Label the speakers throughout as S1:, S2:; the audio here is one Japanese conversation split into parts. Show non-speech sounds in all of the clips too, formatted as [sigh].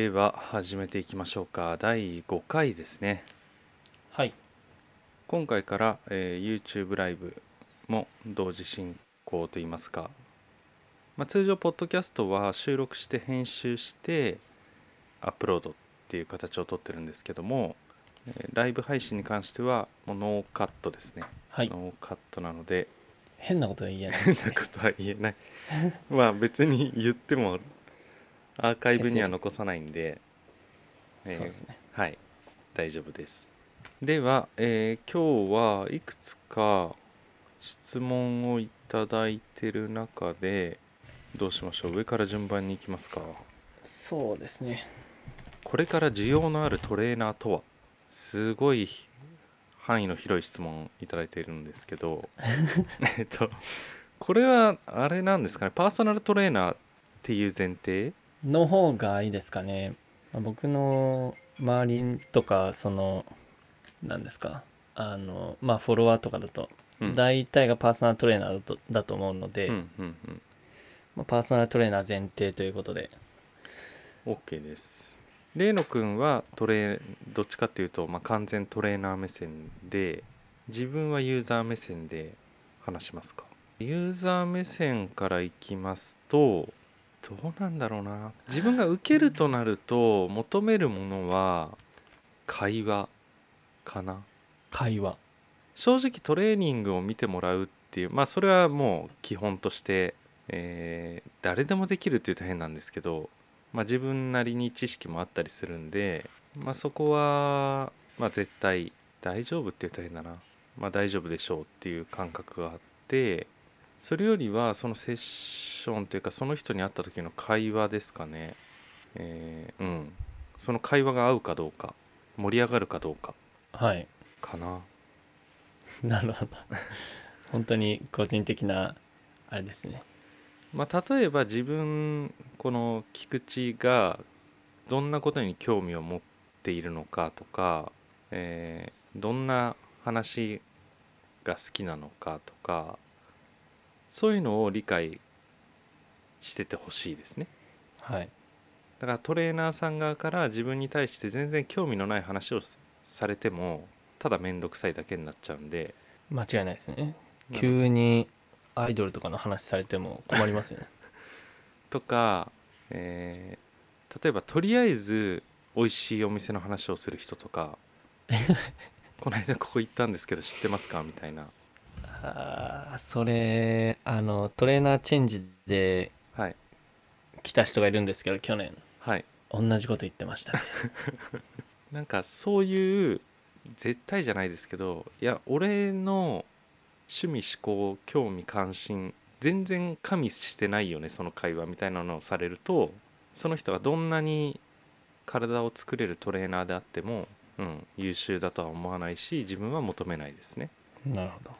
S1: では始めていきましょうか第5回ですね
S2: はい
S1: 今回から、えー YouTube ライブも同時進行といいますか、まあ、通常ポッドキャストは収録して編集してアップロードっていう形をとってるんですけども、えーライブ配信に関してはもうノーカットですね、
S2: はい
S1: ノーカットなので
S2: 変なことは言えない
S1: 変なことは言えない [laughs] まあ別に言ってもアーカイブには残さないんで、 [laughs] えー
S2: そうですね
S1: はい大丈夫ですでは、えー今日はいくつか質問をいただいてる中でどうしましょう上から順番に行きますか
S2: そうですね
S1: これから需要のあるトレーナーとはすごい範囲の広い質問いただいているんですけ [laughs] どえっとこれはあれなんですかねパーソナルトレーナーっていう前提
S2: の方がいいですかね、まあ僕の周りとかその何ですかあのまあフォロワーとかだと
S1: うん
S2: 大体がパーソナルトレーナーだとだと思うので、
S1: うんうんうん
S2: まあパーソナルトレーナー前提ということで
S1: OK ですレイノくんはトレどっちかっていうと、まあ、完全トレーナー目線で自分はユーザー目線で話しますかユーザー目線からいきますとどうなんだろうな自分が受けるとなると求めるものは会話かな
S2: 会話
S1: 正直トレーニングを見てもらうっていうまあそれはもう基本として、えー誰でもできるっていうと変なんですけど、まあ、自分なりに知識もあったりするんで、まあ、そこは、まあ、絶対大丈夫っていうと変だな、まあ、大丈夫でしょうっていう感覚があってそれよりはそのセッションというかその人に会った時の会話ですかね、えーうんその会話が合うかどうか盛り上がるかどうか
S2: はい [laughs]
S1: かな。
S2: なるほど本当に個人的なあれですね
S1: まあ、例えば自分この菊池がどんなことに興味を持っているのかとか、えーどんな話が好きなのかとかそういうのを理解しててほしいですね。
S2: はい
S1: だからトレーナーさん側から自分に対して全然興味のない話をされてもただ面倒くさいだけになっちゃうんで
S2: 間違いないですね急にアイドルとかの話されても困りますよね
S1: とか、えー例えばとりあえず美味しいお店の話をする人とかこの間ここ行ったんですけど知ってますかみたいな
S2: あーそれあのトレーナーチェンジで
S1: はい
S2: 来た人がいるんですけど去年
S1: はい
S2: 同じこと言ってましたね
S1: なんかそういう絶対じゃないですけどいや俺の趣味思考興味関心全然加味してないよねその会話みたいなのをされるとその人がどんなに体を作れるトレーナーであっても、うん、優秀だとは思わないし自分は求めないですね。
S2: [laughs] なるほど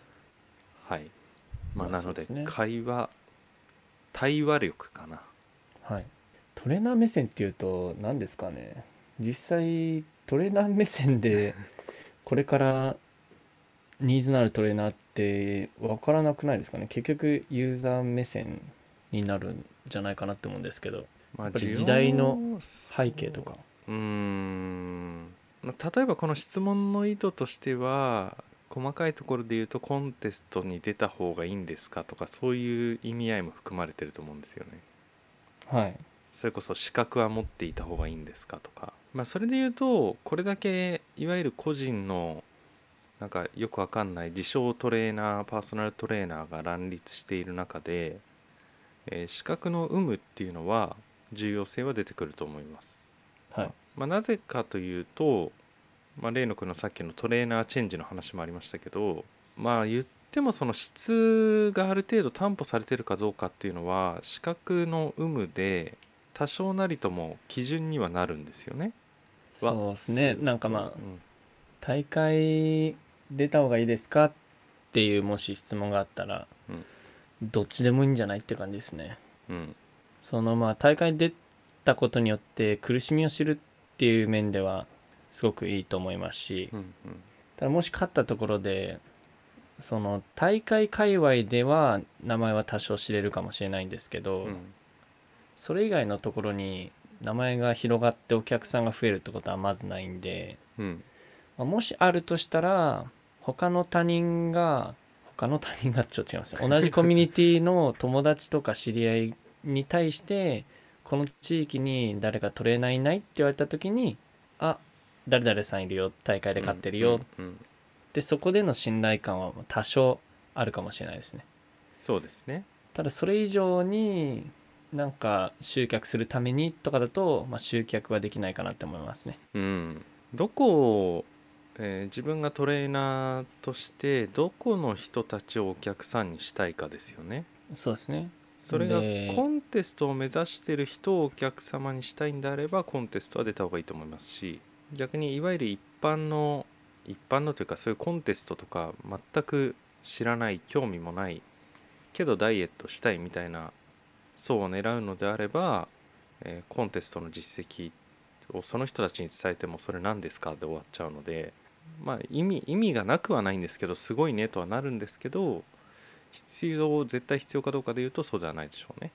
S1: はい、まあ、
S2: まあ
S1: なので
S2: そうですね
S1: 会話対話力かな
S2: はいトレーナー目線っていうと何ですかね実際トレーナー目線で [laughs] これからニーズのあるトレーナーって分からなくないですかね結局ユーザー目線になるんじゃないかなって思うんですけど
S1: ま
S2: やっぱり
S1: 需要
S2: 時代の背景とか
S1: うーんまあ例えばこの質問の意図としては細かいところで言うとコンテストに出た方がいいんですかとかそういう意味合いも含まれてると思うんですよね
S2: はい
S1: それこそ資格は持っていた方がいいんですかとか、まあ、それで言うとこれだけいわゆる個人のなんかよくわかんない自称トレーナーパーソナルトレーナーが乱立している中で、えー資格の有無っていうのは重要性は出てくると思います。
S2: はい
S1: まあ、なぜかというと、まあ、例の君のさっきのトレーナーチェンジの話もありましたけどまあ言ってもその質がある程度担保されてるかどうかっていうのは資格の有無で多少なりとも基準にはなるんですよね。
S2: そうですねなんかまあ
S1: うん
S2: 大会出た方がいいですかっていうもし質問があったら、
S1: うん
S2: どっちでもいいんじゃないって感じですね
S1: うん
S2: そのまあ大会出たことによって苦しみを知るっていう面ではすごくいいと思いますし
S1: うん
S2: ただもし勝ったところでその大会界隈では名前は多少知れるかもしれないんですけど、
S1: うんうん
S2: それ以外のところに名前が広がってお客さんが増えるってことはまずないんで、
S1: うん
S2: まあもしあるとしたら他の他人が他の他人がちょっと違いますね [laughs] 同じコミュニティの友達とか知り合いに対してこの地域に誰かトレーナーいないって言われた時にあ誰々さんいるよ大会で勝ってるよ、
S1: うんうんうん
S2: でそこでの信頼感は多少あるかもしれないですね
S1: そうですね
S2: ただそれ以上になんか集客するためにとかだと、まあ、集客はできないかなって思いますね
S1: うんどこを、えー自分がトレーナーとしてどこの人たちをお客さんにしたいかですよね
S2: そうですね
S1: それが
S2: で
S1: コンテストを目指してる人をお客様にしたいんであればコンテストは出た方がいいと思いますし逆にいわゆる一般の一般のというかそういうコンテストとか全く知らない興味もないけどダイエットしたいみたいな層を狙うのであれば、えーコンテストの実績をその人たちに伝えてもそれ何ですかで終わっちゃうのでまあ意味意味がなくはないんですけどすごいねとはなるんですけど必要絶対必要かどうかで言うとそうではないでしょうね。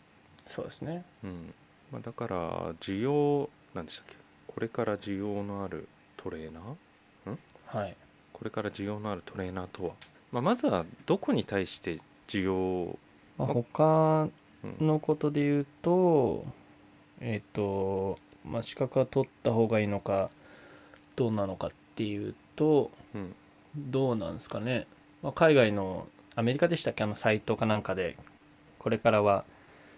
S2: そうですね
S1: うんまあ、だから需要なんでしたっけこれから需要のあるトレーナー
S2: はい
S1: これから需要のあるトレーナーとは、まあ、まずはどこに対して需要を
S2: まあ、
S1: ま
S2: 他
S1: うん
S2: のことで言うと、えっ、と、まあ、資格は取った方がいいのかどうなのかっていうと
S1: うん
S2: どうなんですかね、まあ、海外のアメリカでしたっけあのサイトかなんかでこれからは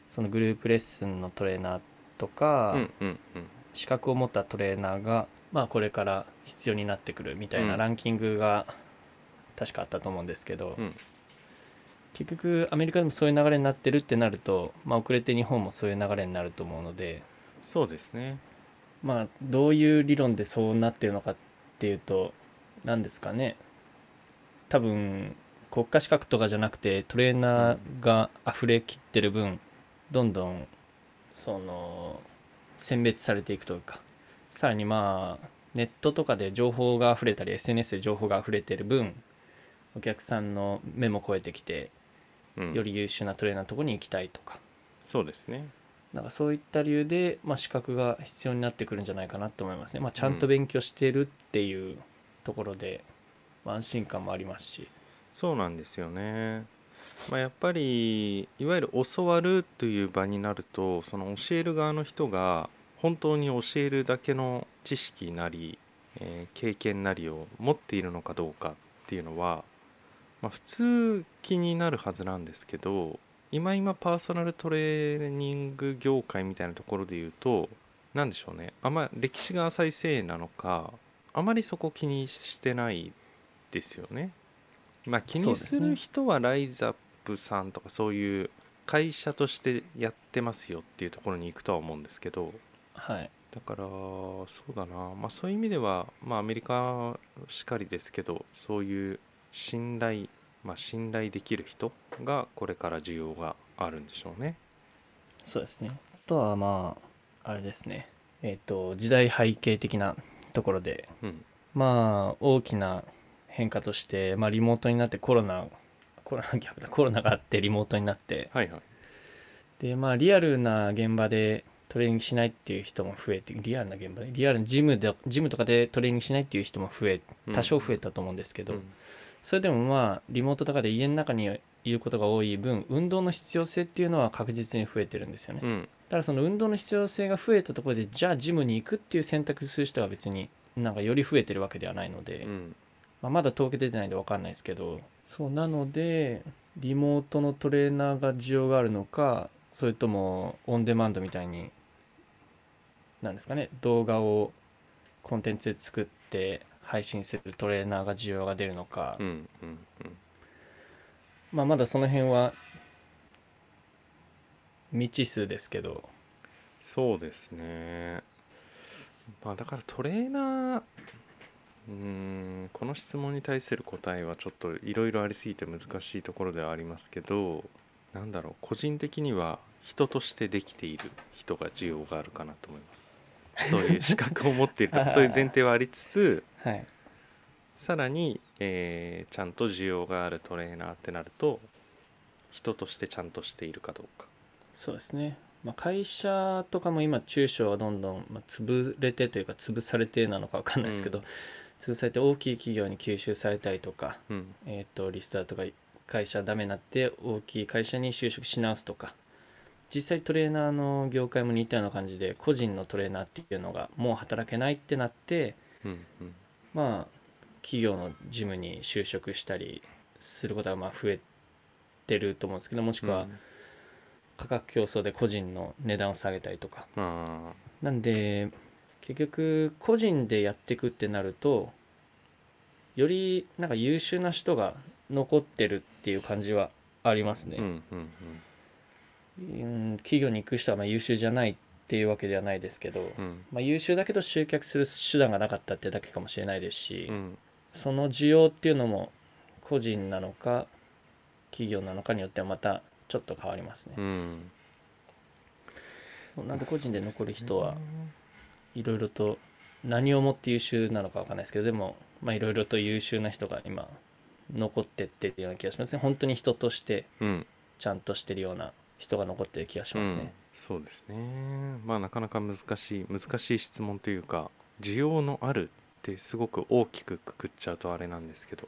S2: そのグループレッスンのトレーナーとか、
S1: うんうん
S2: 資格を持ったトレーナーが、まあ、これから必要になってくるみたいな
S1: うん
S2: ランキングが確かあったと思うんですけど、
S1: うんうん
S2: 結局アメリカでもそういう流れになってるってなると、まあ、遅れて日本もそういう流れになると思うので、
S1: そうですね
S2: まあ、どういう理論でそうなってるのかっていうと何ですかね多分国家資格とかじゃなくてトレーナーが溢れきってる分どんどんその選別されていくというかさらにまあネットとかで情報が溢れたり SNS で情報が溢れてる分お客さんの目も超えてきて
S1: うん
S2: より優秀なトレーナーのとこに行きたいとか
S1: そうですね
S2: なんかそういった理由で、まあ、資格が必要になってくるんじゃないかなと思いますね、まあ、ちゃんと勉強してるっていうところで、まあ安心感もありますし
S1: そうなんですよね、まあ、やっぱりいわゆる教わるという場になるとその教える側の人が本当に教えるだけの知識なり、えー経験なりを持っているのかどうかっていうのは、まあ、普通気になるはずなんですけど今今パーソナルトレーニング業界みたいなところで言うと何でしょうねあんま歴史が浅いせいなのかあまりそこ気にしてないですよね。まあ、気
S2: そう
S1: に
S2: です
S1: す
S2: ね
S1: る人はライザップさんとかそういう会社としてやってますよっていうところに行くとは思うんですけど
S2: はい
S1: だからそうだな、まあ、そういう意味では、まあ、アメリカしかりですけどそういう信頼、まあ、信頼できる人がこれから需要があるんでしょうね。
S2: そうですねあとはまああれですねえっ、と時代背景的なところで
S1: うん、
S2: まあ大きな変化として、まあ、リモートになってコロナコロナ逆だコロナがあってリモートになって
S1: はいはい。
S2: でまあリアルな現場でトレーニングしないっていう人も増えてリアルな現場でリアルなジムでジムとかでトレーニングしないっていう人も増え
S1: うん
S2: 多少増えたと思うんですけど、
S1: うん
S2: それでもまあリモートとかで家の中にいることが多い分運動の必要性っていうのは確実に増えてるんですよね、
S1: うん
S2: ただその運動の必要性が増えたところでじゃあジムに行くっていう選択する人は別になんかより増えてるわけではないので、
S1: うん
S2: まあ、まだ統計出てないんで分かんないですけどそうなのでリモートのトレーナーが需要があるのかそれともオンデマンドみたいになんですかね動画をコンテンツで作って配信するトレーナーが需要が出るのか、
S1: うんうんうん
S2: まあ、まだその辺は未知数ですけど
S1: そうですね。まあだからトレーナー、うーん、この質問に対する答えはちょっといろいろありすぎて難しいところではありますけど、なんだろう、個人的には人としてできている人が需要があるかなと思います。そういう資格を持っている [laughs] とか、そういう前提はありつつ、
S2: はい
S1: さらに、えーちゃんと需要があるトレーナーってなると、人としてちゃんとしているかどうか。
S2: そうですねまあ、会社とかも今中小はどんどん、まあ、潰れてというか潰されてなのか分かんないですけど、
S1: うん
S2: 潰されて大きい企業に吸収されたりとか、
S1: うん
S2: えー、とリストラとか会社ダメになって大きい会社に就職し直すとか実際トレーナーの業界も似たような感じで個人のトレーナーっていうのがもう働けないってなって
S1: うんうん
S2: まあ企業のジムに就職したりすることはまあ増えてると思うんですけどもしくは価格競争で個人の値段を下げたりとか
S1: あ
S2: なんで結局個人でやっていくってなるとよりなんか優秀な人が残ってるっていう感じはあります
S1: ーう
S2: ね、
S1: んうん
S2: うん、企業に行く人はまあ優秀じゃないっていうわけではないですけど、
S1: うん
S2: まあ、優秀だけど集客する手段がなかったってだけかもしれないですし、
S1: うん
S2: その需要っていうのも個人なのか企業なのかによってはまたちょっと変わりますね
S1: う、ん
S2: なんで個人で残る人はいろいろと何をもって優秀なのかわかんないですけどでもまあいろいろと優秀な人が今残ってってるような気がしますね本当に人として
S1: うん
S2: ちゃんとしてるような人が残ってる気がします
S1: うん
S2: ね、
S1: そうですねまあなかなか難しい難しい質問というか需要のあるってすごく大きくくくっちゃうとあれなんですけど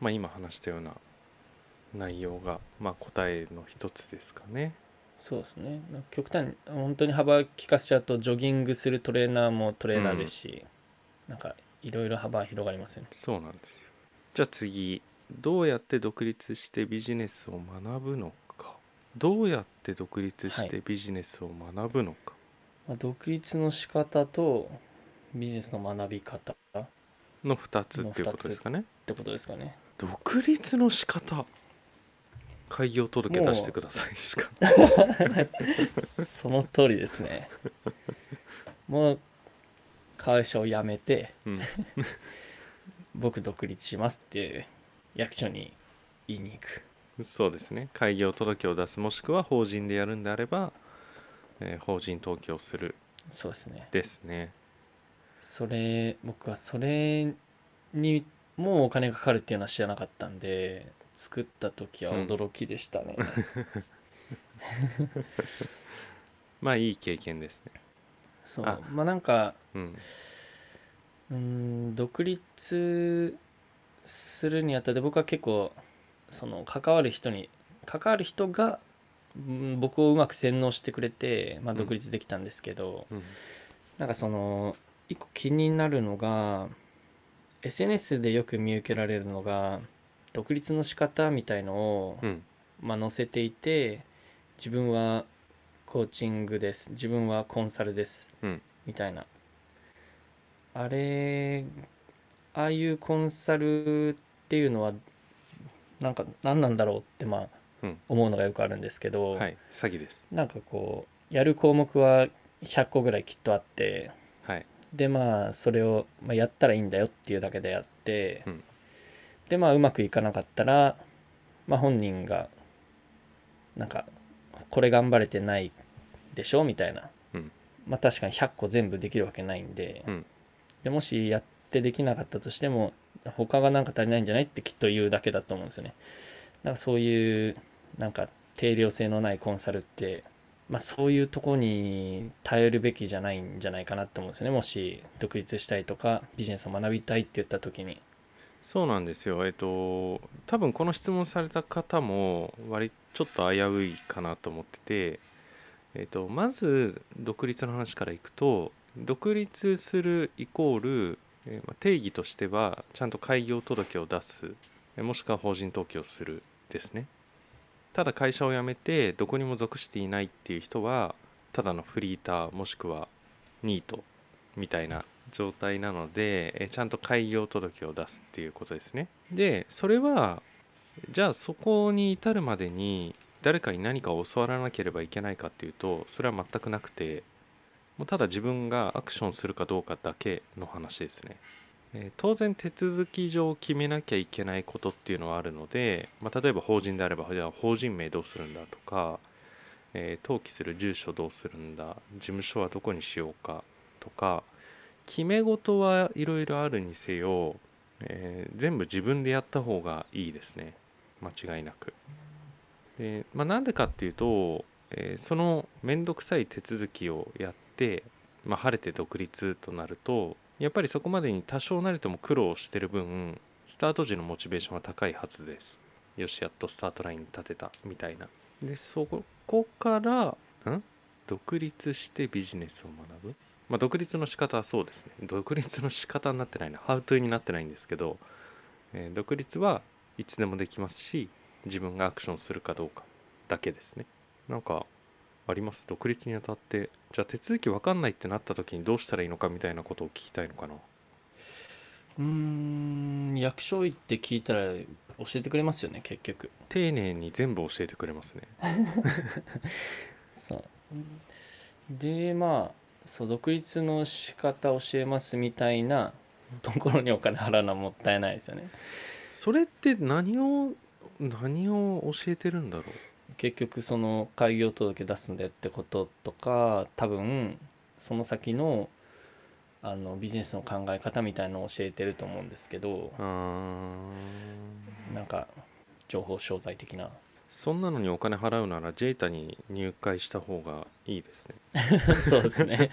S1: まあ今話したような内容がまあ答えの一つですかね
S2: そうですね極端に本当に幅利かせちゃうとジョギングするトレーナーもトレーナーですし、なんかいろいろ幅広がりますよね
S1: そうなんですよじゃあ次どうやって独立してビジネスを学ぶのかどうやって独立してビジネスを学ぶのか、
S2: まあ、独立の仕方とビジネスの学び方っ
S1: の2つっていうことですかね
S2: てことですかね
S1: 独立の仕方開業届出してくださいしか
S2: その通りですね。もう会社を辞めて
S1: うん
S2: 僕独立しますっていう役所に言いに行く。
S1: そう [laughs] ですね開業届を出すもしくは法人でやるんであれば、えー法人登記をする
S2: そうですね。
S1: ですね
S2: それ僕はそれにもうお金がかかるっていうのは知らなかったんで作った時は驚きでしたね。
S1: まあいい経験ですね
S2: そう
S1: あ
S2: まあなんか
S1: うん
S2: うーん独立するにあたって僕は結構その関わる人に関わる人がうん僕をうまく洗脳してくれて、まあ、
S1: うん
S2: 独立できたんですけど、
S1: うん
S2: なんかその一個気になるのが SNS でよく見受けられるのが独立の仕方みたいのを、
S1: うん
S2: まあ、載せていて自分はコーチングです自分はコンサルです、
S1: うん
S2: みたいなあれああいうコンサルっていうのはなんか何なんだろうってまあ
S1: うん
S2: 思うのがよくあるんですけど、
S1: はい詐欺です
S2: なんかこうやる項目は100個ぐらいきっとあって
S1: はい
S2: でまあそれを、まあ、やったらいいんだよっていうだけでやって、
S1: うん
S2: でまあうまくいかなかったら、まあ、本人がなんかこれ頑張れてないでしょみたいな、
S1: うん
S2: まあ確かに100個全部できるわけないんで,、
S1: うん
S2: でもしやってできなかったとしても他がなんか足りないんじゃないってきっと言うだけだと思うんですよね。なんかそういうなんか定量性のないコンサルってまあ、そういうとこに頼るべきじゃないんじゃないかなと思うんですよねもし独立したいとかビジネスを学びたいって言った時に
S1: そうなんですよえっと多分この質問された方も割ちょっと危ういかなと思ってて、えっと、まず独立の話からいくと独立するイコール、えーまあ定義としてはちゃんと開業届を出すえーもしくは法人登記をするですねただ会社を辞めてどこにも属していないっていう人はただのフリーターもしくはニートみたいな状態なのでえーちゃんと開業届を出すっていうことですねでそれはじゃあそこに至るまでに誰かに何かを教わらなければいけないかっていうとそれは全くなくてもうただ自分がアクションするかどうかだけの話ですね、えー当然手続き上決めなきゃいけないことっていうのはあるので、まあ、例えば法人であればじゃあ法人名どうするんだとか、えー登記する住所どうするんだ事務所はどこにしようかとか決め事はいろいろあるにせよ、えー全部自分でやった方がいいですね間違いなく。でまあ、なんでかっていうと、えーその面倒くさい手続きをやって、まあ、晴れて独立となるとやっぱりそこまでに多少なりとも苦労してる分スタート時のモチベーションは高いはずですよしやっとスタートラインに立てたみたいなでそこからん独立してビジネスを学ぶまあ独立の仕方はそうですね独立の仕方になってないなハウトゥーになってないんですけど、えー独立はいつでもできますし自分がアクションするかどうかだけですねなんかあります独立にあたってじゃあ手続き分かんないってなった時にどうしたらいいのかみたいなことを聞きたいのかな
S2: うーん役所行って聞いたら教えてくれますよね結局
S1: 丁寧に全部教えてくれますね
S2: そうでまあそう独立の仕方教えますみたいなところにお金払うのはもったいないですよね
S1: それって何を何を教えてるんだろ
S2: 結局その開業届出すんだよってこととか多分その先のあのビジネスの考え方みたいのを教えてると思うんですけど
S1: ううーん
S2: なんか情報商材
S1: [laughs]
S2: 的な
S1: そんなのにお金払うなら JETA に入会した方がいいですね
S2: そうですね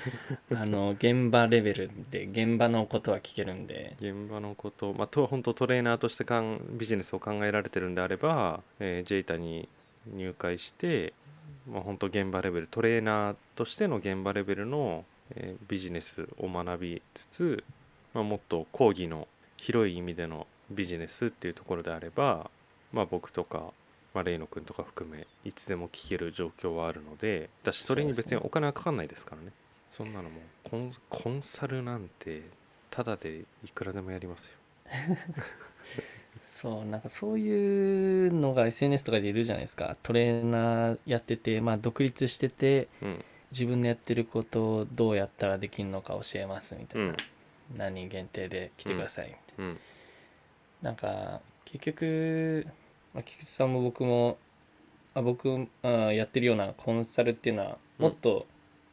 S2: あの現場レベルで現場のことは聞けるんで
S1: 現場のことまあと本当トレーナーとしてかんビジネスを考えられてるんであれば、えー、JETA に入会して、まあ、本当現場レベルトレーナーとしての現場レベルの、えービジネスを学びつつ、まあ、もっと講義の広い意味でのビジネスっていうところであれば、まあ、僕とか、まあ、レイノ君とか含めいつでも聞ける状況はあるのでだしそれに別にお金はかかんないですからねそんなのもうコンコンサルなんてただでいくらでもやりますよ
S2: そうなんかそういうのが SNS とかでいるじゃないですかトレーナーやってて、まあ、独立してて
S1: うん
S2: 自分のやってることをどうやったらできるのか教えますみた
S1: う
S2: いな、
S1: ん
S2: 何人限定で来てくださいみたい
S1: うん
S2: な,、なんか結局、まあ、菊池さんも僕もあ僕あやってるようなコンサルっていうのは
S1: うん
S2: もっと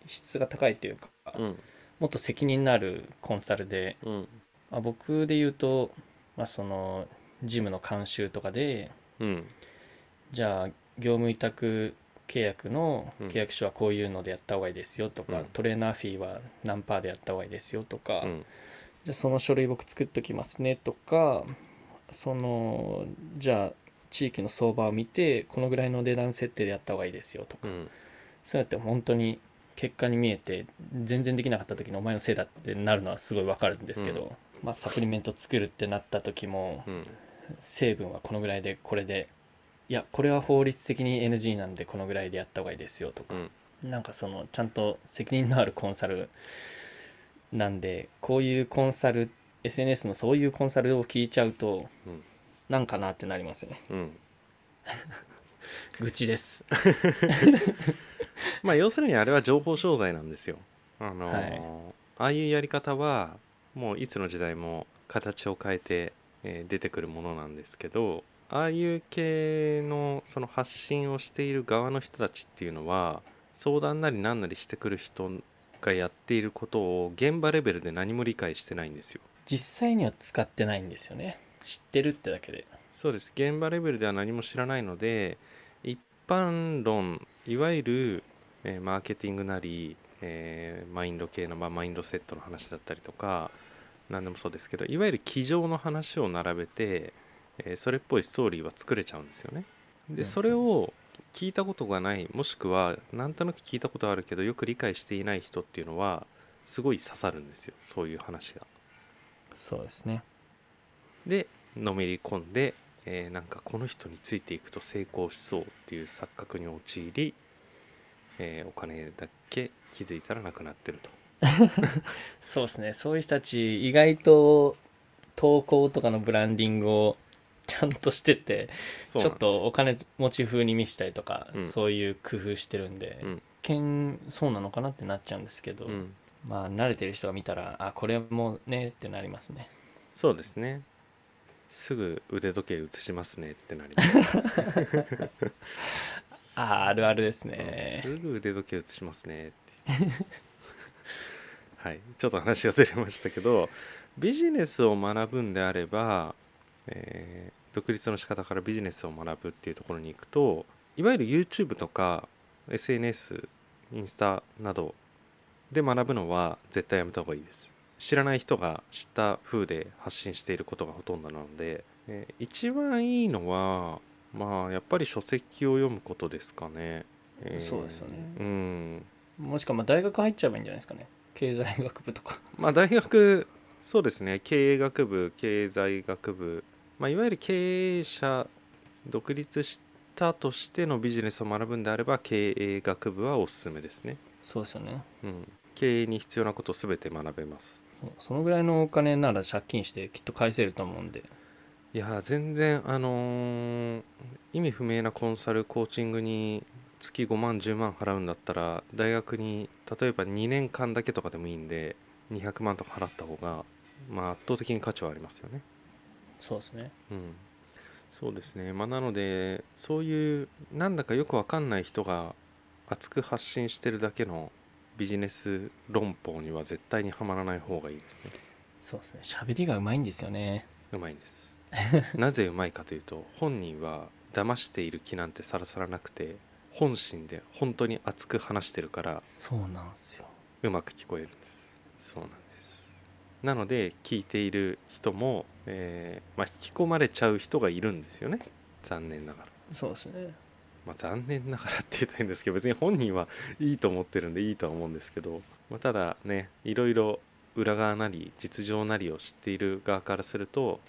S2: 質が高いというか、
S1: うん
S2: もっと責任のあるコンサルで、
S1: うん
S2: まあ、僕で言うと、まあ、そのジムの監修とかで
S1: うん
S2: じゃあ業務委託契約の
S1: うん
S2: 契約書はこういうのでやった方がいいですよとか、
S1: うん
S2: トレーナーフィーは何パーでやった方がいいですよとか、
S1: うん
S2: じゃあその書類僕作っときますねとかそのじゃあ地域の相場を見てこのぐらいの値段設定でやった方がいいですよとか、
S1: うん
S2: そうやって本当に結果に見えて全然できなかった時のお前のせいだってなるのはすごいわかるんですけど、
S1: う
S2: まあ、サプリメント作るってなった時も
S1: うん
S2: 成分はこのぐらいでこれでいやこれは法律的に NG なんでこのぐらいでやった方がいいですよとか、なんかそのちゃんと責任のあるコンサルなんでこういうコンサル SNS のそういうコンサルを聞いちゃうと、
S1: うん
S2: なんかなってなりますよね
S1: うん
S2: 愚痴です
S1: [laughs] まあ要するにあれは情報商材なんですよ。あのー
S2: はい
S1: ああいうやり方はもういつの時代も形を変えて、えー出てくるものなんですけどああいう系のその発信をしている側の人たちっていうのは相談なりなんなりしてくる人がやっていることを現場レベルで何も理解してないんですよ。
S2: 実際には使ってないんですよね知ってるってだけで
S1: そうです現場レベルでは何も知らないので一般論いわゆる、えーマーケティングなり、えーマインド系の、まあ、マインドセットの話だったりとか何でもそうですけどいわゆる机上の話を並べて、えーそれっぽいストーリーは作れちゃうんですよね。
S2: うんう
S1: で
S2: ん
S1: それを聞いたことがないもしくはなんとなく聞いたことあるけどよく理解していない人っていうのはすごい刺さるんですよそういう話が。
S2: そうですね
S1: でのめり込んで、えーなんかこの人についていくと成功しそうっていう錯覚に陥り、えーお金だけ気づいたらなくなってると
S2: そうですねそういう人たち意外と投稿とかのブランディングをちゃんとしてて
S1: そう
S2: ち
S1: な
S2: ょ
S1: ん
S2: っ
S1: です
S2: とお金持ち風に見せたりとか、
S1: うん
S2: そういう工夫してるんで、
S1: うん
S2: 一見そうなのかなってなっちゃうんですけど、
S1: うん、
S2: まあ慣れてる人が見たらあこれもねってなりますね
S1: そうですねすぐ腕時計写しますねってなります、
S2: ああるあるです
S1: う
S2: ね
S1: んすぐ腕時計写しますねっていうはいちょっと話がずれましたけどビジネスを学ぶんであれば、えー独立の仕方からビジネスを学ぶっていうところに行くといわゆる YouTube とか SNS インスタなどで学ぶのは絶対やめた方がいいです知らない人が知った風で発信していることがほとんどなので、えー一番いいのはまあやっぱり書籍を読むことですかね、えー
S2: そうですよね
S1: うん
S2: もしくはまあ大学入っちゃえばいいんじゃないですかね経済学部とか
S1: まあ大学そうですね経営学部経済学部、まあ、いわゆる経営者独立したとしてのビジネスを学ぶんであれば経営学部はおすすめですね、
S2: そうですよね
S1: うん、経営に必要なことを全て学べます
S2: そうそのぐらいのお金なら借金してきっと返せると思うんで
S1: いやー全然あのー意味不明なコンサルコーチングに月5万10万払うんだったら大学に例えば2年間だけとかでもいいんで200万とか払った方が、まあ、圧倒的に価値はありますよね
S2: そうですね
S1: うん、そうですね、まあ、なのでそういうなんだかよくわかんない人が熱く発信してるだけのビジネス論法には絶対にはまらない方がいいですね
S2: そうですね喋りがうまいんですよね
S1: うまいんですなぜうまいかというと本人は騙している気なんてさらさらなくて本心で本当に熱く話してるから
S2: そうなんですよ
S1: うまく聞こえるんですそうなんですなので聞いている人も、えーまあ、引き込まれちゃう人がいるんですよね残念ながら
S2: そうですね
S1: まあ、残念ながらって言いたいんですけど別に本人はいいと思ってるんでいいとは思うんですけど、まあ、ただねいろいろ裏側なり実情なりを知っている側からすると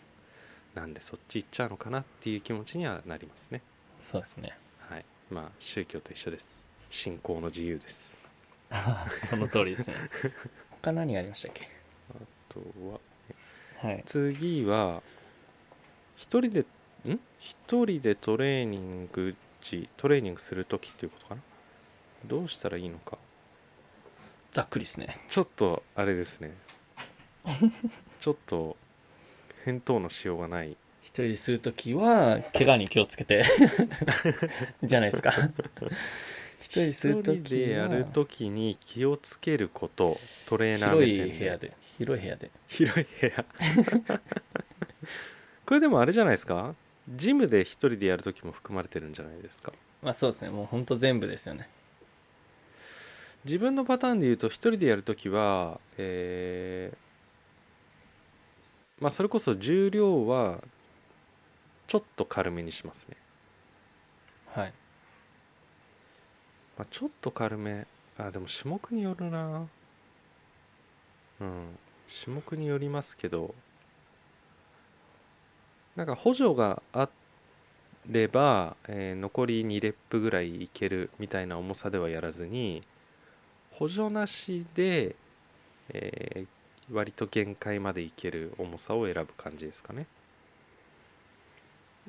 S1: なんでそっち行っちゃうのかなっていう気持ちにはなりますね
S2: そうですね
S1: はいまあ宗教と一緒です信仰の自由です
S2: あー [laughs] その通りですね他何がありましたっけ
S1: あとは
S2: はい
S1: 次は一人でん一人でトレーニング時トレーニングする時っていうことかなどうしたらいいのか
S2: ざっくりですね
S1: ちょっとあれです [laughs] ねちょっと返答のしようがない
S2: 一人でするときは怪我に気をつけてじゃないですか一人すると
S1: 一人
S2: き
S1: でや
S2: は
S1: るときに気をつけることトレーナー目
S2: 広
S1: 線
S2: い部屋で広い部屋で
S1: [laughs] 広い部屋 [laughs] これでもあれじゃないですかジムで一人でやるときも含まれてるんじゃないですか
S2: まあそうですねもうほんと全部ですよね
S1: 自分のパターンで言うと一人でやるときはえーまあそれこそ重量はちょっと軽めにしますね
S2: はい
S1: まあ、ちょっと軽めあでも種目によるなうん種目によりますけどなんか補助があれば、えー残り2レップぐらいいけるみたいな重さではやらずに補助なしで、えー割と限界までいける重さを選ぶ感じですかね。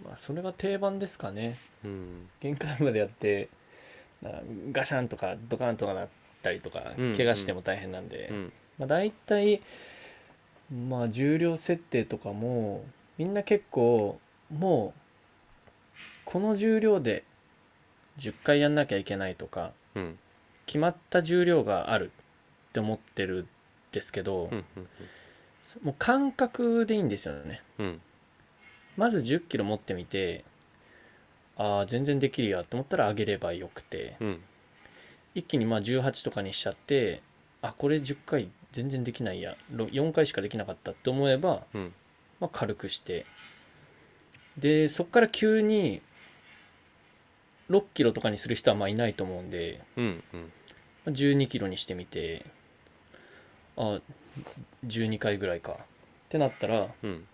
S2: まあそれが定番ですかね
S1: うん、
S2: 限界までやってなんかガシャンとかドカンとかなったりとか
S1: うん
S2: 怪我しても大変なんで、
S1: うん、
S2: まあ、大体まあ重量設定とかもみんな結構もうこの重量で10回やんなきゃいけないとか
S1: うん、
S2: 決まった重量があるって思ってるんですけど、
S1: うん、
S2: もう感覚でいいんですよね
S1: うん、
S2: まず1 0キロ持ってみてああ全然できるやと思ったら上げればよくて
S1: うん、
S2: 一気にまあ18とかにしちゃってあこれ10回全然できないやろ4回しかできなかったって思えば
S1: うん、
S2: まあ、軽くしてでそこから急に6キロとかにする人はまあいないと思うんで
S1: うん、うん、
S2: 1 2キロにしてみてあ12回ぐらいかってなったら
S1: うん、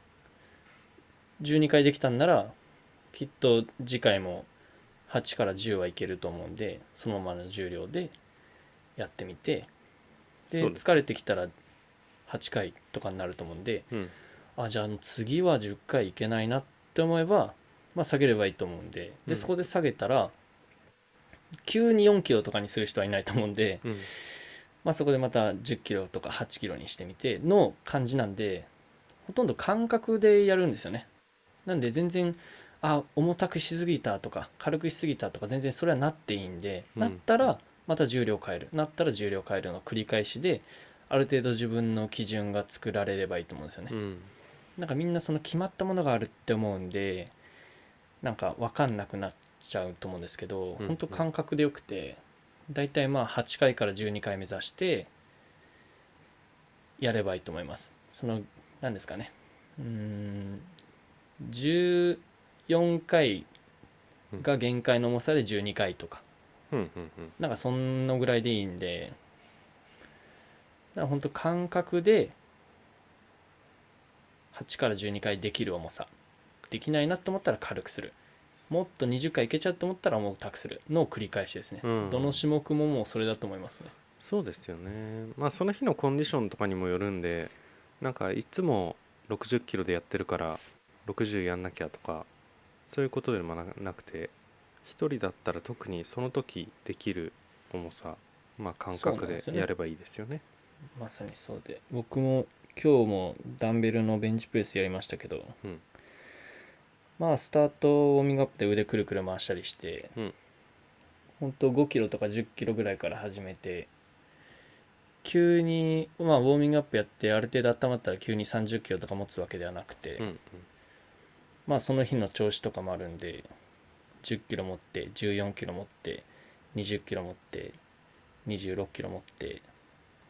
S2: 12回できたんならきっと次回も8から10はいけると思うんでそのままの重量でやってみてで
S1: そうです
S2: 疲れてきたら8回とかになると思うんで
S1: うん、
S2: あじゃあ次は10回いけないなって思えば、まあ、下げればいいと思うんで
S1: う
S2: で
S1: ん
S2: そこで下げたら急に4キロとかにする人はいないと思うんで、
S1: うん、
S2: まあ、そこでまた10キロとか8キロにしてみての感じなんでほとんど感覚でやるんですよねなんで全然あ重たくしすぎたとか軽くしすぎたとか全然それはなっていいんで、
S1: うん
S2: なったらまた重量変えるなったら重量変えるの繰り返しである程度自分の基準が作られればいいと思うんですよね
S1: うん。
S2: なんかみんなその決まったものがあるって思うんでなんか分かんなくなっちゃうと思うんですけど、
S1: うん
S2: 本当感覚でよくて大体まあ8回から12回目指してやればいいと思いますその何ですかねうーん14回が限界の重さで12回とか、
S1: うんうんうん
S2: なんかそんのぐらいでいいんでだから本当感覚で8から12回できる重さできないなと思ったら軽くするもっと20回いけちゃうと思ったら重たくするの繰り返しですね、
S1: うん
S2: どの種目ももうそれだと思いますね
S1: そうですよねまあその日のコンディションとかにもよるんでなんかいつも60キロでやってるから60やんなきゃとかそういうことでもななくて一人だったら特にその時できる重さまあ感
S2: そうな
S1: 覚
S2: んで
S1: です
S2: よね
S1: やればいいですよね。
S2: まさにそうで僕も今日もダンベルのベンチプレスやりましたけど、
S1: うん
S2: まあスタートウォーミングアップで腕くるくる回したりして、
S1: うん
S2: ほんと5キロとか10キロぐらいから始めて急に、まあ、ウォーミングアップやってある程度温まったら急に30キロとか持つわけではなくて、
S1: うんうん
S2: まあその日の調子とかもあるんで10キロ持って14キロ持って20キロ持って26キロ持って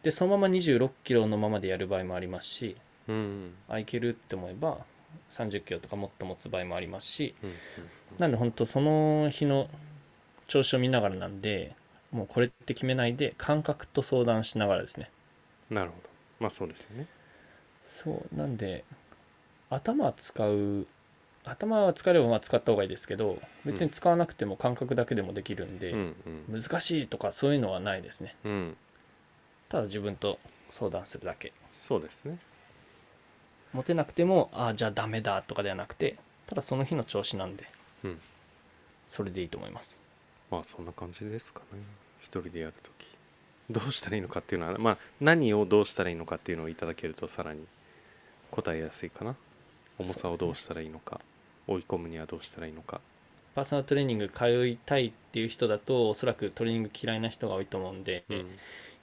S2: でそのまま26キロのままでやる場合もありますし
S1: うんうん
S2: あいけるって思えば30キロとかもっと持つ場合もありますし
S1: うん
S2: なんで本当その日の調子を見ながらなんでもうこれって決めないで感覚と相談しながらですね
S1: なるほどまあそうですよね。
S2: そうなんで頭使う頭は使えればまあ使った方がいいですけど別に使わなくても感覚だけでもできるんで、
S1: うん
S2: 難しいとかそういうのはないですね
S1: うんうん
S2: ただ自分と相談するだけ
S1: そうですね。
S2: 持てなくてもああじゃあダメだとかではなくてただその日の調子なんで、
S1: うん
S2: それでいいと思います
S1: まあそんな感じですかね一人でやるときどうしたらいいのかっていうのはまあ何をどうしたらいいのかっていうのをいただけるとさらに答えやすいかな重さをどうしたらいいのか、追い込むにはどうしたらいいのか
S2: パーソナルトレーニング通いたいっていう人だとおそらくトレーニング嫌いな人が多いと思うんで、
S1: うん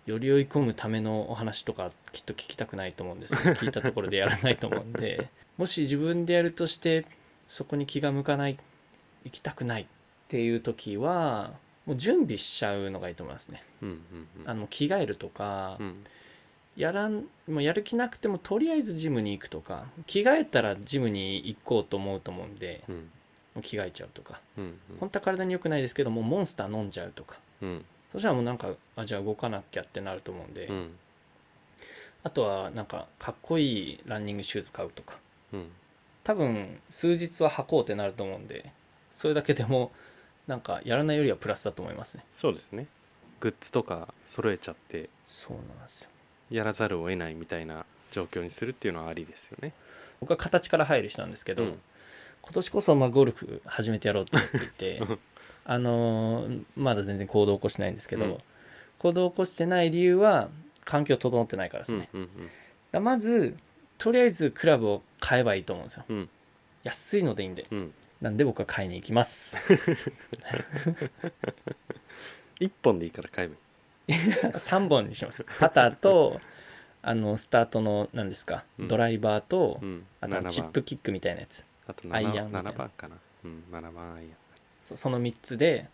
S2: より追い込むためのお話とかきっと聞きたくないと思う
S1: [laughs]
S2: んですよ聞いたところでやらないと思うんでもし自分でやるとしてそこに気が向かない行きたくないっていう時はもう準備しちゃうのがいいと思いますね
S1: うんうんうん
S2: あの着替えるとか、
S1: うん
S2: やらんもうやる気なくてもとりあえずジムに行くとか着替えたらジムに行こうと思うと思うんで
S1: うん
S2: もう着替えちゃうとか
S1: うん
S2: 本当は体に良くないですけどもうモンスター飲んじゃうとか
S1: うん
S2: そしたらもうなんかあじゃあ動かなきゃってなると思うんで、
S1: うん
S2: あとはなんかかっこいいランニングシューズ買うとか
S1: うん
S2: 多分数日は履こうってなると思うんでそれだけでもなんかやらないよりはプラスだと思いますね
S1: そうですねグッズとか揃えちゃって
S2: そうなんですよ
S1: やらざるを得ないみたいな状況にするっていうのはありですよね
S2: 僕は形から入る人なんですけど、
S1: うん
S2: 今年こそまあゴルフ始めて [laughs] やろうと思っていてあのーまだ全然行動を起こしてないんですけど、
S1: うん
S2: 行動を起こしてない理由は環境整ってないからです
S1: う
S2: ね、
S1: んうん
S2: だまずとりあえずクラブを買えばいいと思うんですよ、
S1: うん
S2: 安いのでいいんで
S1: うんうん
S2: なんで僕は買いに行きます
S1: 一本でいいから買えばいい
S2: 3本にしますパターとあのスタートの何ですか
S1: うん
S2: ドライバーと、
S1: うん
S2: あとは
S1: 7
S2: チップキックみたいなやつ
S1: あと
S2: アイアン
S1: 7,
S2: みたいな
S1: 7番かな、うん、7番アイアン
S2: そその3つで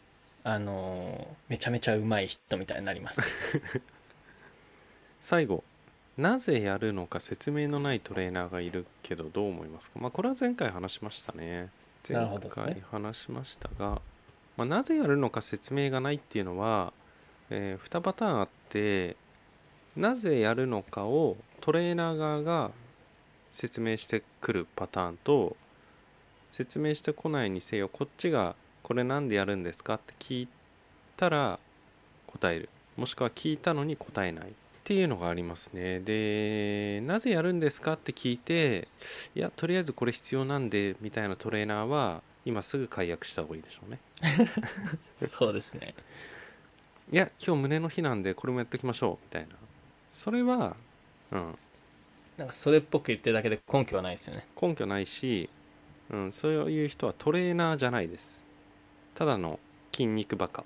S2: あのーめちゃめちゃうまい人みたいになります
S1: 最後なぜやるのか説明のないトレーナーがいるけどどう思いますか、まあ、これは前回話しましたね
S2: な
S1: 前
S2: るほどですね
S1: 回話しましたが、まあ、なぜやるのか説明がないっていうのは、え2パターンあってなぜやるのかをトレーナー側が説明してくるパターンと説明してこないにせよこっちがこれなんでやるんですかって聞いたら答えるもしくは聞いたのに答えないっていうのがありますねでなぜやるんですかって聞いていやとりあえずこれ必要なんでみたいなトレーナーは今すぐ解約した方がいいでしょうね
S2: [laughs] そうですね
S1: いや今日胸の日なんでこれもやっときましょうみたいなそれは、うん、
S2: なんかそれっぽく言ってるだけで根拠はないですよね。
S1: 根拠ないし、うん、そういう人はトレーナーじゃないですただの筋肉バカ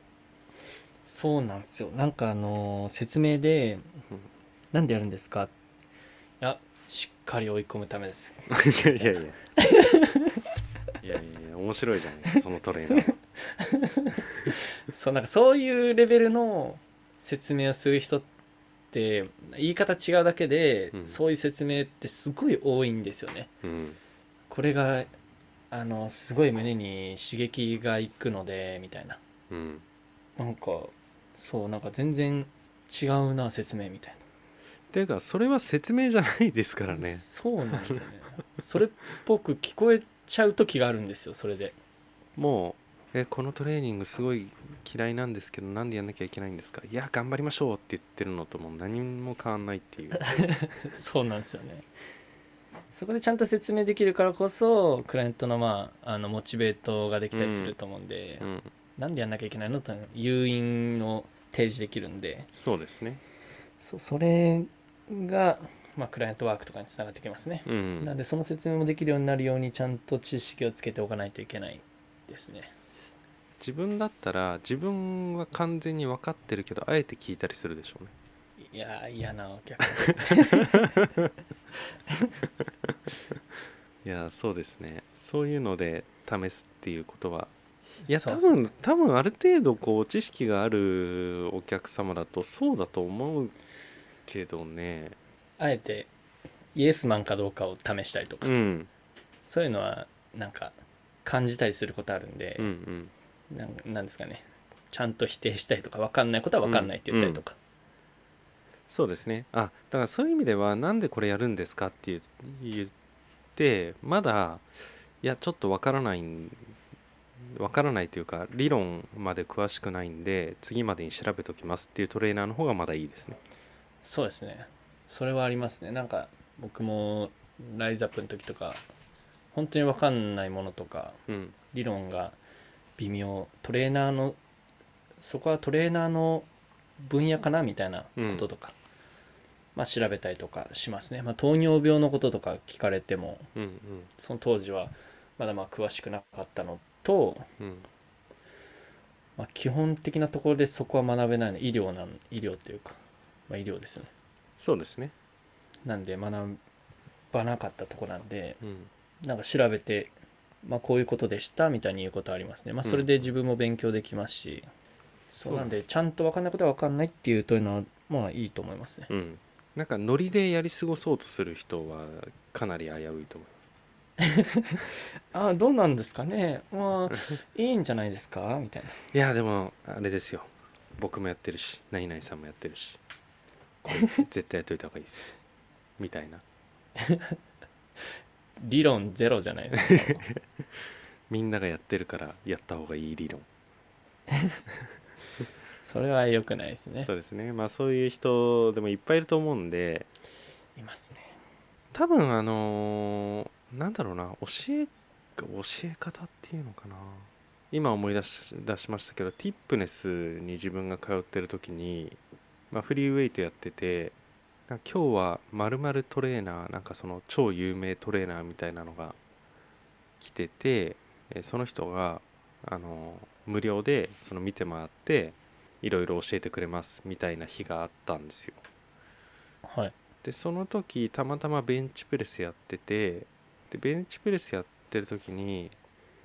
S2: そうなんですよ。なんかあのー説明で
S1: うん、
S2: なんでやるんですかいや、しっかり追い込むためです。
S1: [laughs] いやいや [laughs] いやいやいやいや面白いじゃないそのトレーナー
S2: そうなんかそういうレベルの説明をする人って言い方違うだけで、
S3: うん
S2: そういう説明ってすごい多いんですよね。
S3: うん
S2: これがあのすごい胸に刺激がいくのでみたいな
S3: うん
S2: なんかそうなんか全然違うな説明みたい
S1: ていうかそれは説明じゃないですから
S2: な、
S1: ね
S2: そうなんですよねそれっぽく聞こえちゃう時があるんですよそれで
S1: もうえ「このトレーニングすごい嫌いなんですけどなんでやんなきゃいけないんですか?」「いや頑張りましょう」って言ってるのともう何も変わんないって
S2: [laughs]
S1: いう
S2: そうなんですよねそこでちゃんと説明できるからこそクライアントのまああのモチベートができたりすると思うんで、
S1: うん
S2: なんでやんなきゃいけないのって誘引を提示できるんで
S1: そうですね
S2: そそれが、まあ、クライアントワークとかにつながってきますね
S1: うん
S2: なんでその説明もできるようになるようにちゃんと知識をつけておかないといけないですね。
S1: 自分だったら自分は完全に分かってるけどあえて聞いたりするでしょうね
S2: いやー嫌なお客さん。
S1: いやそうですねそういうので試すっていうこと [laughs] はいや
S2: そう
S1: 多
S2: そう
S1: 分多分ある程度こう知識があるお客様だとそうだと思うけどね
S2: あえてイエスマンかどうかを試したりとか、
S1: うん
S2: そういうのはなんか感じたりすることあるんで
S1: うんう、ん
S2: なんなんですかねちゃんと否定したりとか分かんないことは分かんないって言ったりとか、
S1: そうですねあだからそういう意味ではなんでこれやるんですかっていう言ってまだいやちょっとわからないんわからないというか理論まで詳しくないんで次までに調べときますっていうトレーナーの方がまだいいですね
S2: そうですねそれはありますねなんか僕もライズアップの時とか本当に分かんないものとか
S1: うん
S2: 理論が微妙トレーナーのそこはトレーナーの分野かなみたいなこととか、まあ調べたりとかしますね、まあ、糖尿病のこととか聞かれても
S1: うん
S2: その当時はまだまあ詳しくなかったのと、
S1: うんうん
S2: まあ、基本的なところでそこは学べないの医療なん医療っていうか、まあ、医療ですよね
S1: そうですね
S2: なんで学ばなかったとこなんで
S1: うん
S2: なんか調べて、まあ、こういうことでしたみたいに言うことありますね。まあ、
S1: うん
S2: それで自分も勉強できますし、そうなんで、ちゃんと分かんないことは分かんないっていうというのは、まあいいと思いますね。
S1: うんなんかノリでやり過ごそうとする人はかなり危ういと思います
S2: ああ、どうなんですかね。 [laughs] まあ、いいんじゃないですかみたいな。
S1: いやでもあれですよ僕もやってるし何々さんもやってるしこれ絶対やっといた方がいいですみたいな
S2: 理論ゼロじゃないです [laughs] か。
S1: みんながやってるからやった方がいい理論、
S2: それは良くないですね
S1: そ。うですねまあそういう人でもいっぱいいると思うんで
S2: いますね。
S1: 多分あのーなんだろうな教え教え方っていうのかな今思い出し出しましたけどティップネスに自分が通ってる時に、まあ、フリーウェイトやっててなんか今日はまるトレーナーなんかその超有名トレーナーみたいなのが来てて、えーその人が、あのー無料でその見てもらっていろいろ教えてくれますみたいな日があったんですよ。
S2: はい。
S1: でその時たまたまベンチプレスやっててでベンチプレスやってる時に「い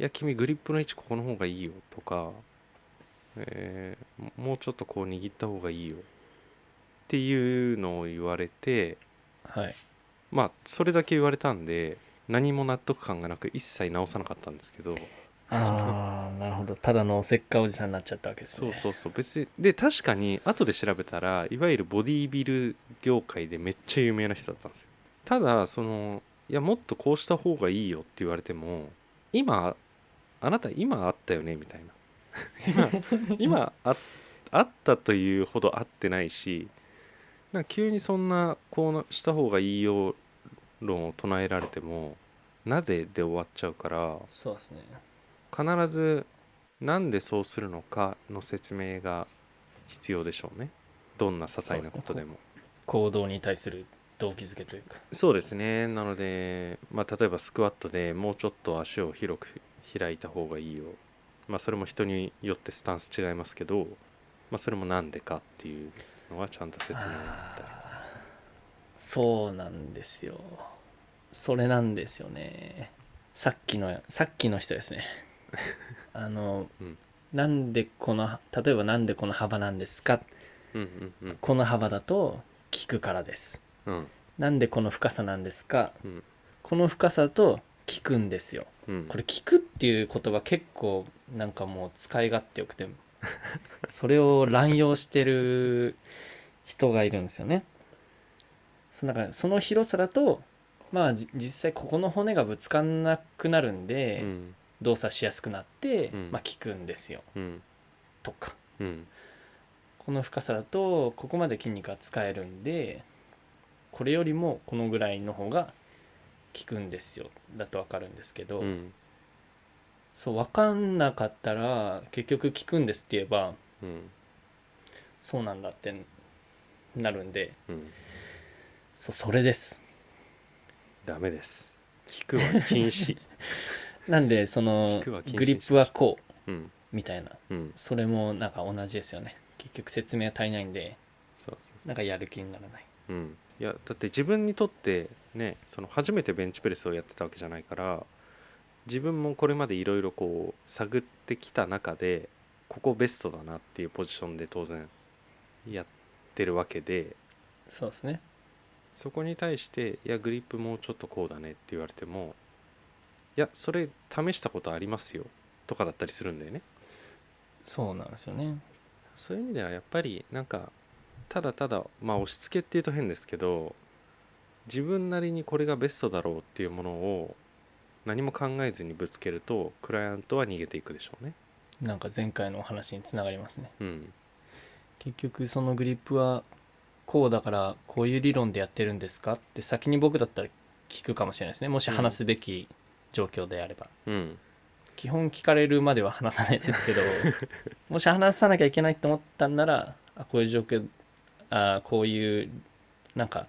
S1: や君グリップの位置ここの方がいいよ」とか、えーももうちょっとこう握った方がいいよ」っていうのを言われて
S2: はい。
S1: まあそれだけ言われたんで何も納得感がなく一切直さなかったんですけど
S2: ああ、なるほど。ただのおせっかいおじさんになっちゃったわけです
S1: そ
S2: ね。
S1: うそうそう別にで確かに後で調べたらいわゆるボディービル業界でめっちゃ有名な人だったんですよただそのいやもっとこうした方がいいよって言われても今あなた今あったよねみたいな [laughs]
S2: [laughs]
S1: 今今ああったというほどあってないしなんか急にそんなこうした方がいいよ論を唱えられてもなぜで終わっちゃうから
S2: そうですね。
S1: 必ずなんでそうするのかの説明が必要でしょうねどんな些細なことでも
S2: 行動に対する動機づけというか。
S1: そうですねなので、まあ、例えばスクワットでもうちょっと足を広く開いた方がいいよ、まあ、それも人によってスタンス違いますけど、まあ、それもなんでかっていうのはちゃんと説明をしたり
S2: そうなんですよそれなん [laughs] ですよねさっきのさっきの人ですねあの、
S1: うん
S2: なんでこの例えばなんでこの幅なんですか
S1: うんうん
S2: この幅だと効くからです
S1: うん
S2: なんでこの深さなんですか
S1: うん
S2: この深さだと効くんですよ
S1: うん
S2: これ聞くっていう言葉結構なんかもう使い勝手よ
S1: [laughs]
S2: くてそれを乱用してる人がいるんですよね。そのなんかその広さだとまあじ実際ここの骨がぶつかんなくなるんで、
S1: うん
S2: 動作しやすくなって、
S1: うん
S2: まあ、効くんですよ
S1: うん
S2: とか
S1: うん
S2: この深さだとここまで筋肉が使えるんでこれよりもこのぐらいの方が効くんですよだとわかるんですけど。
S1: うん
S2: そう分かんなかったら結局聞くんですって言えば
S1: うん
S2: そうなんだってなるんで
S1: うん
S2: そうそれです
S1: ダメ [laughs] です聞くは禁止
S2: なんでその
S1: 聞くは禁止
S2: グリップはこう
S1: うん
S2: みたいな
S1: うん
S2: それもなんか同じですよね結局説明は足りないんで
S1: そうそうそ
S2: なんかやる気にならない、
S1: ううんいやだって自分にとってねその初めてベンチプレスをやってたわけじゃないから自分もこれまでいろいろこう探ってきた中でここベストだなっていうポジションで当然やってるわけで
S2: そうですね
S1: そこに対して「いやグリップもうちょっとこうだね」って言われても「いやそれ試したことありますよ」とかだったりするんだよね。
S2: そうなんですよね
S1: そういう意味ではやっぱりなんかただただまあ押し付けっていうと変ですけど自分なりにこれがベストだろうっていうものを何も考えずにぶつけるとクライアントは逃げていくでしょうね。
S2: なんか前回のお話につながりますね
S1: うん、
S2: 結局そのグリップはこうだからこういう理論でやってるんですかって先に僕だったら聞くかもしれないですねもし話すべき状況であれば、
S1: うん、
S2: 基本聞かれるまでは話さないです
S1: [laughs]
S2: けどもし話さなきゃいけないと思ったんならあこういう状況あこういうなんか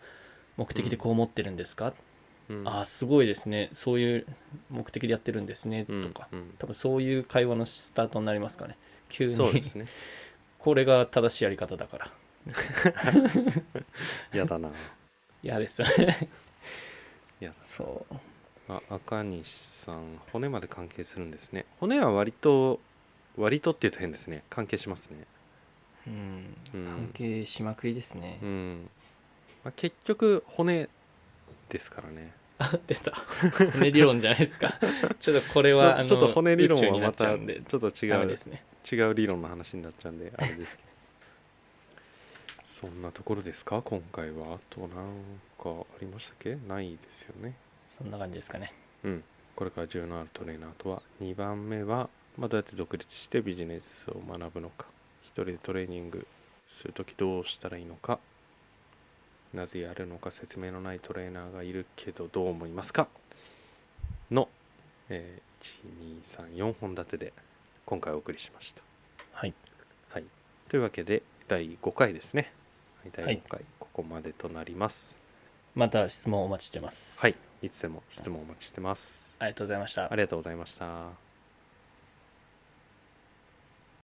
S2: 目的でこう思ってるんですか、
S1: うん
S2: あすごいですねそういう目的でやってるんですね、
S1: うん
S2: とか
S1: うん
S2: 多分そういう会話のスタートになりますかね急に
S1: そうですね。
S2: [laughs] これが正しいやり方だから
S1: やだな。
S2: 嫌ですよ
S1: [laughs]
S2: ね
S1: やだ
S2: そう
S1: あ赤西さん骨まで関係するんですね骨は割と割とっていうと変ですね関係しますね
S2: うん
S1: うん
S2: 関係しまくりですね
S1: う、ん、まあ、結局骨ですからね
S2: あ出た骨理論じゃないで
S1: [laughs]
S2: すかちょっとこれ
S1: ち
S2: はあ
S1: ょ
S2: の
S1: ちょっと骨理論
S2: 宇宙
S1: は
S2: にな
S1: ま
S2: っちゃ
S1: た
S2: うんで
S1: ちょっと違
S2: ダメ
S1: う
S2: ですね
S1: 違う理論の話になっちゃうんであれですけど [laughs] そんなところですか今回はあとなんかありましたっけないですよね
S2: そんな感じですかね
S1: うん、これから重要のあるトレーナーとは2番目は、まあ、どうやって独立してビジネスを学ぶのか一人でトレーニングする時どうしたらいいのかなぜやるのか説明のないトレーナーがいるけどどう思いますかの、えー、1234本立てで今回お送りしました。
S2: はい
S1: はい、というわけで第5回ですね。はい第
S2: はい
S1: 5回ここまでとなります。
S2: また質問お待ちしてます
S1: はい、いつでも質問お待ちしてます。
S2: ありがとうございました
S1: ありがとうございました。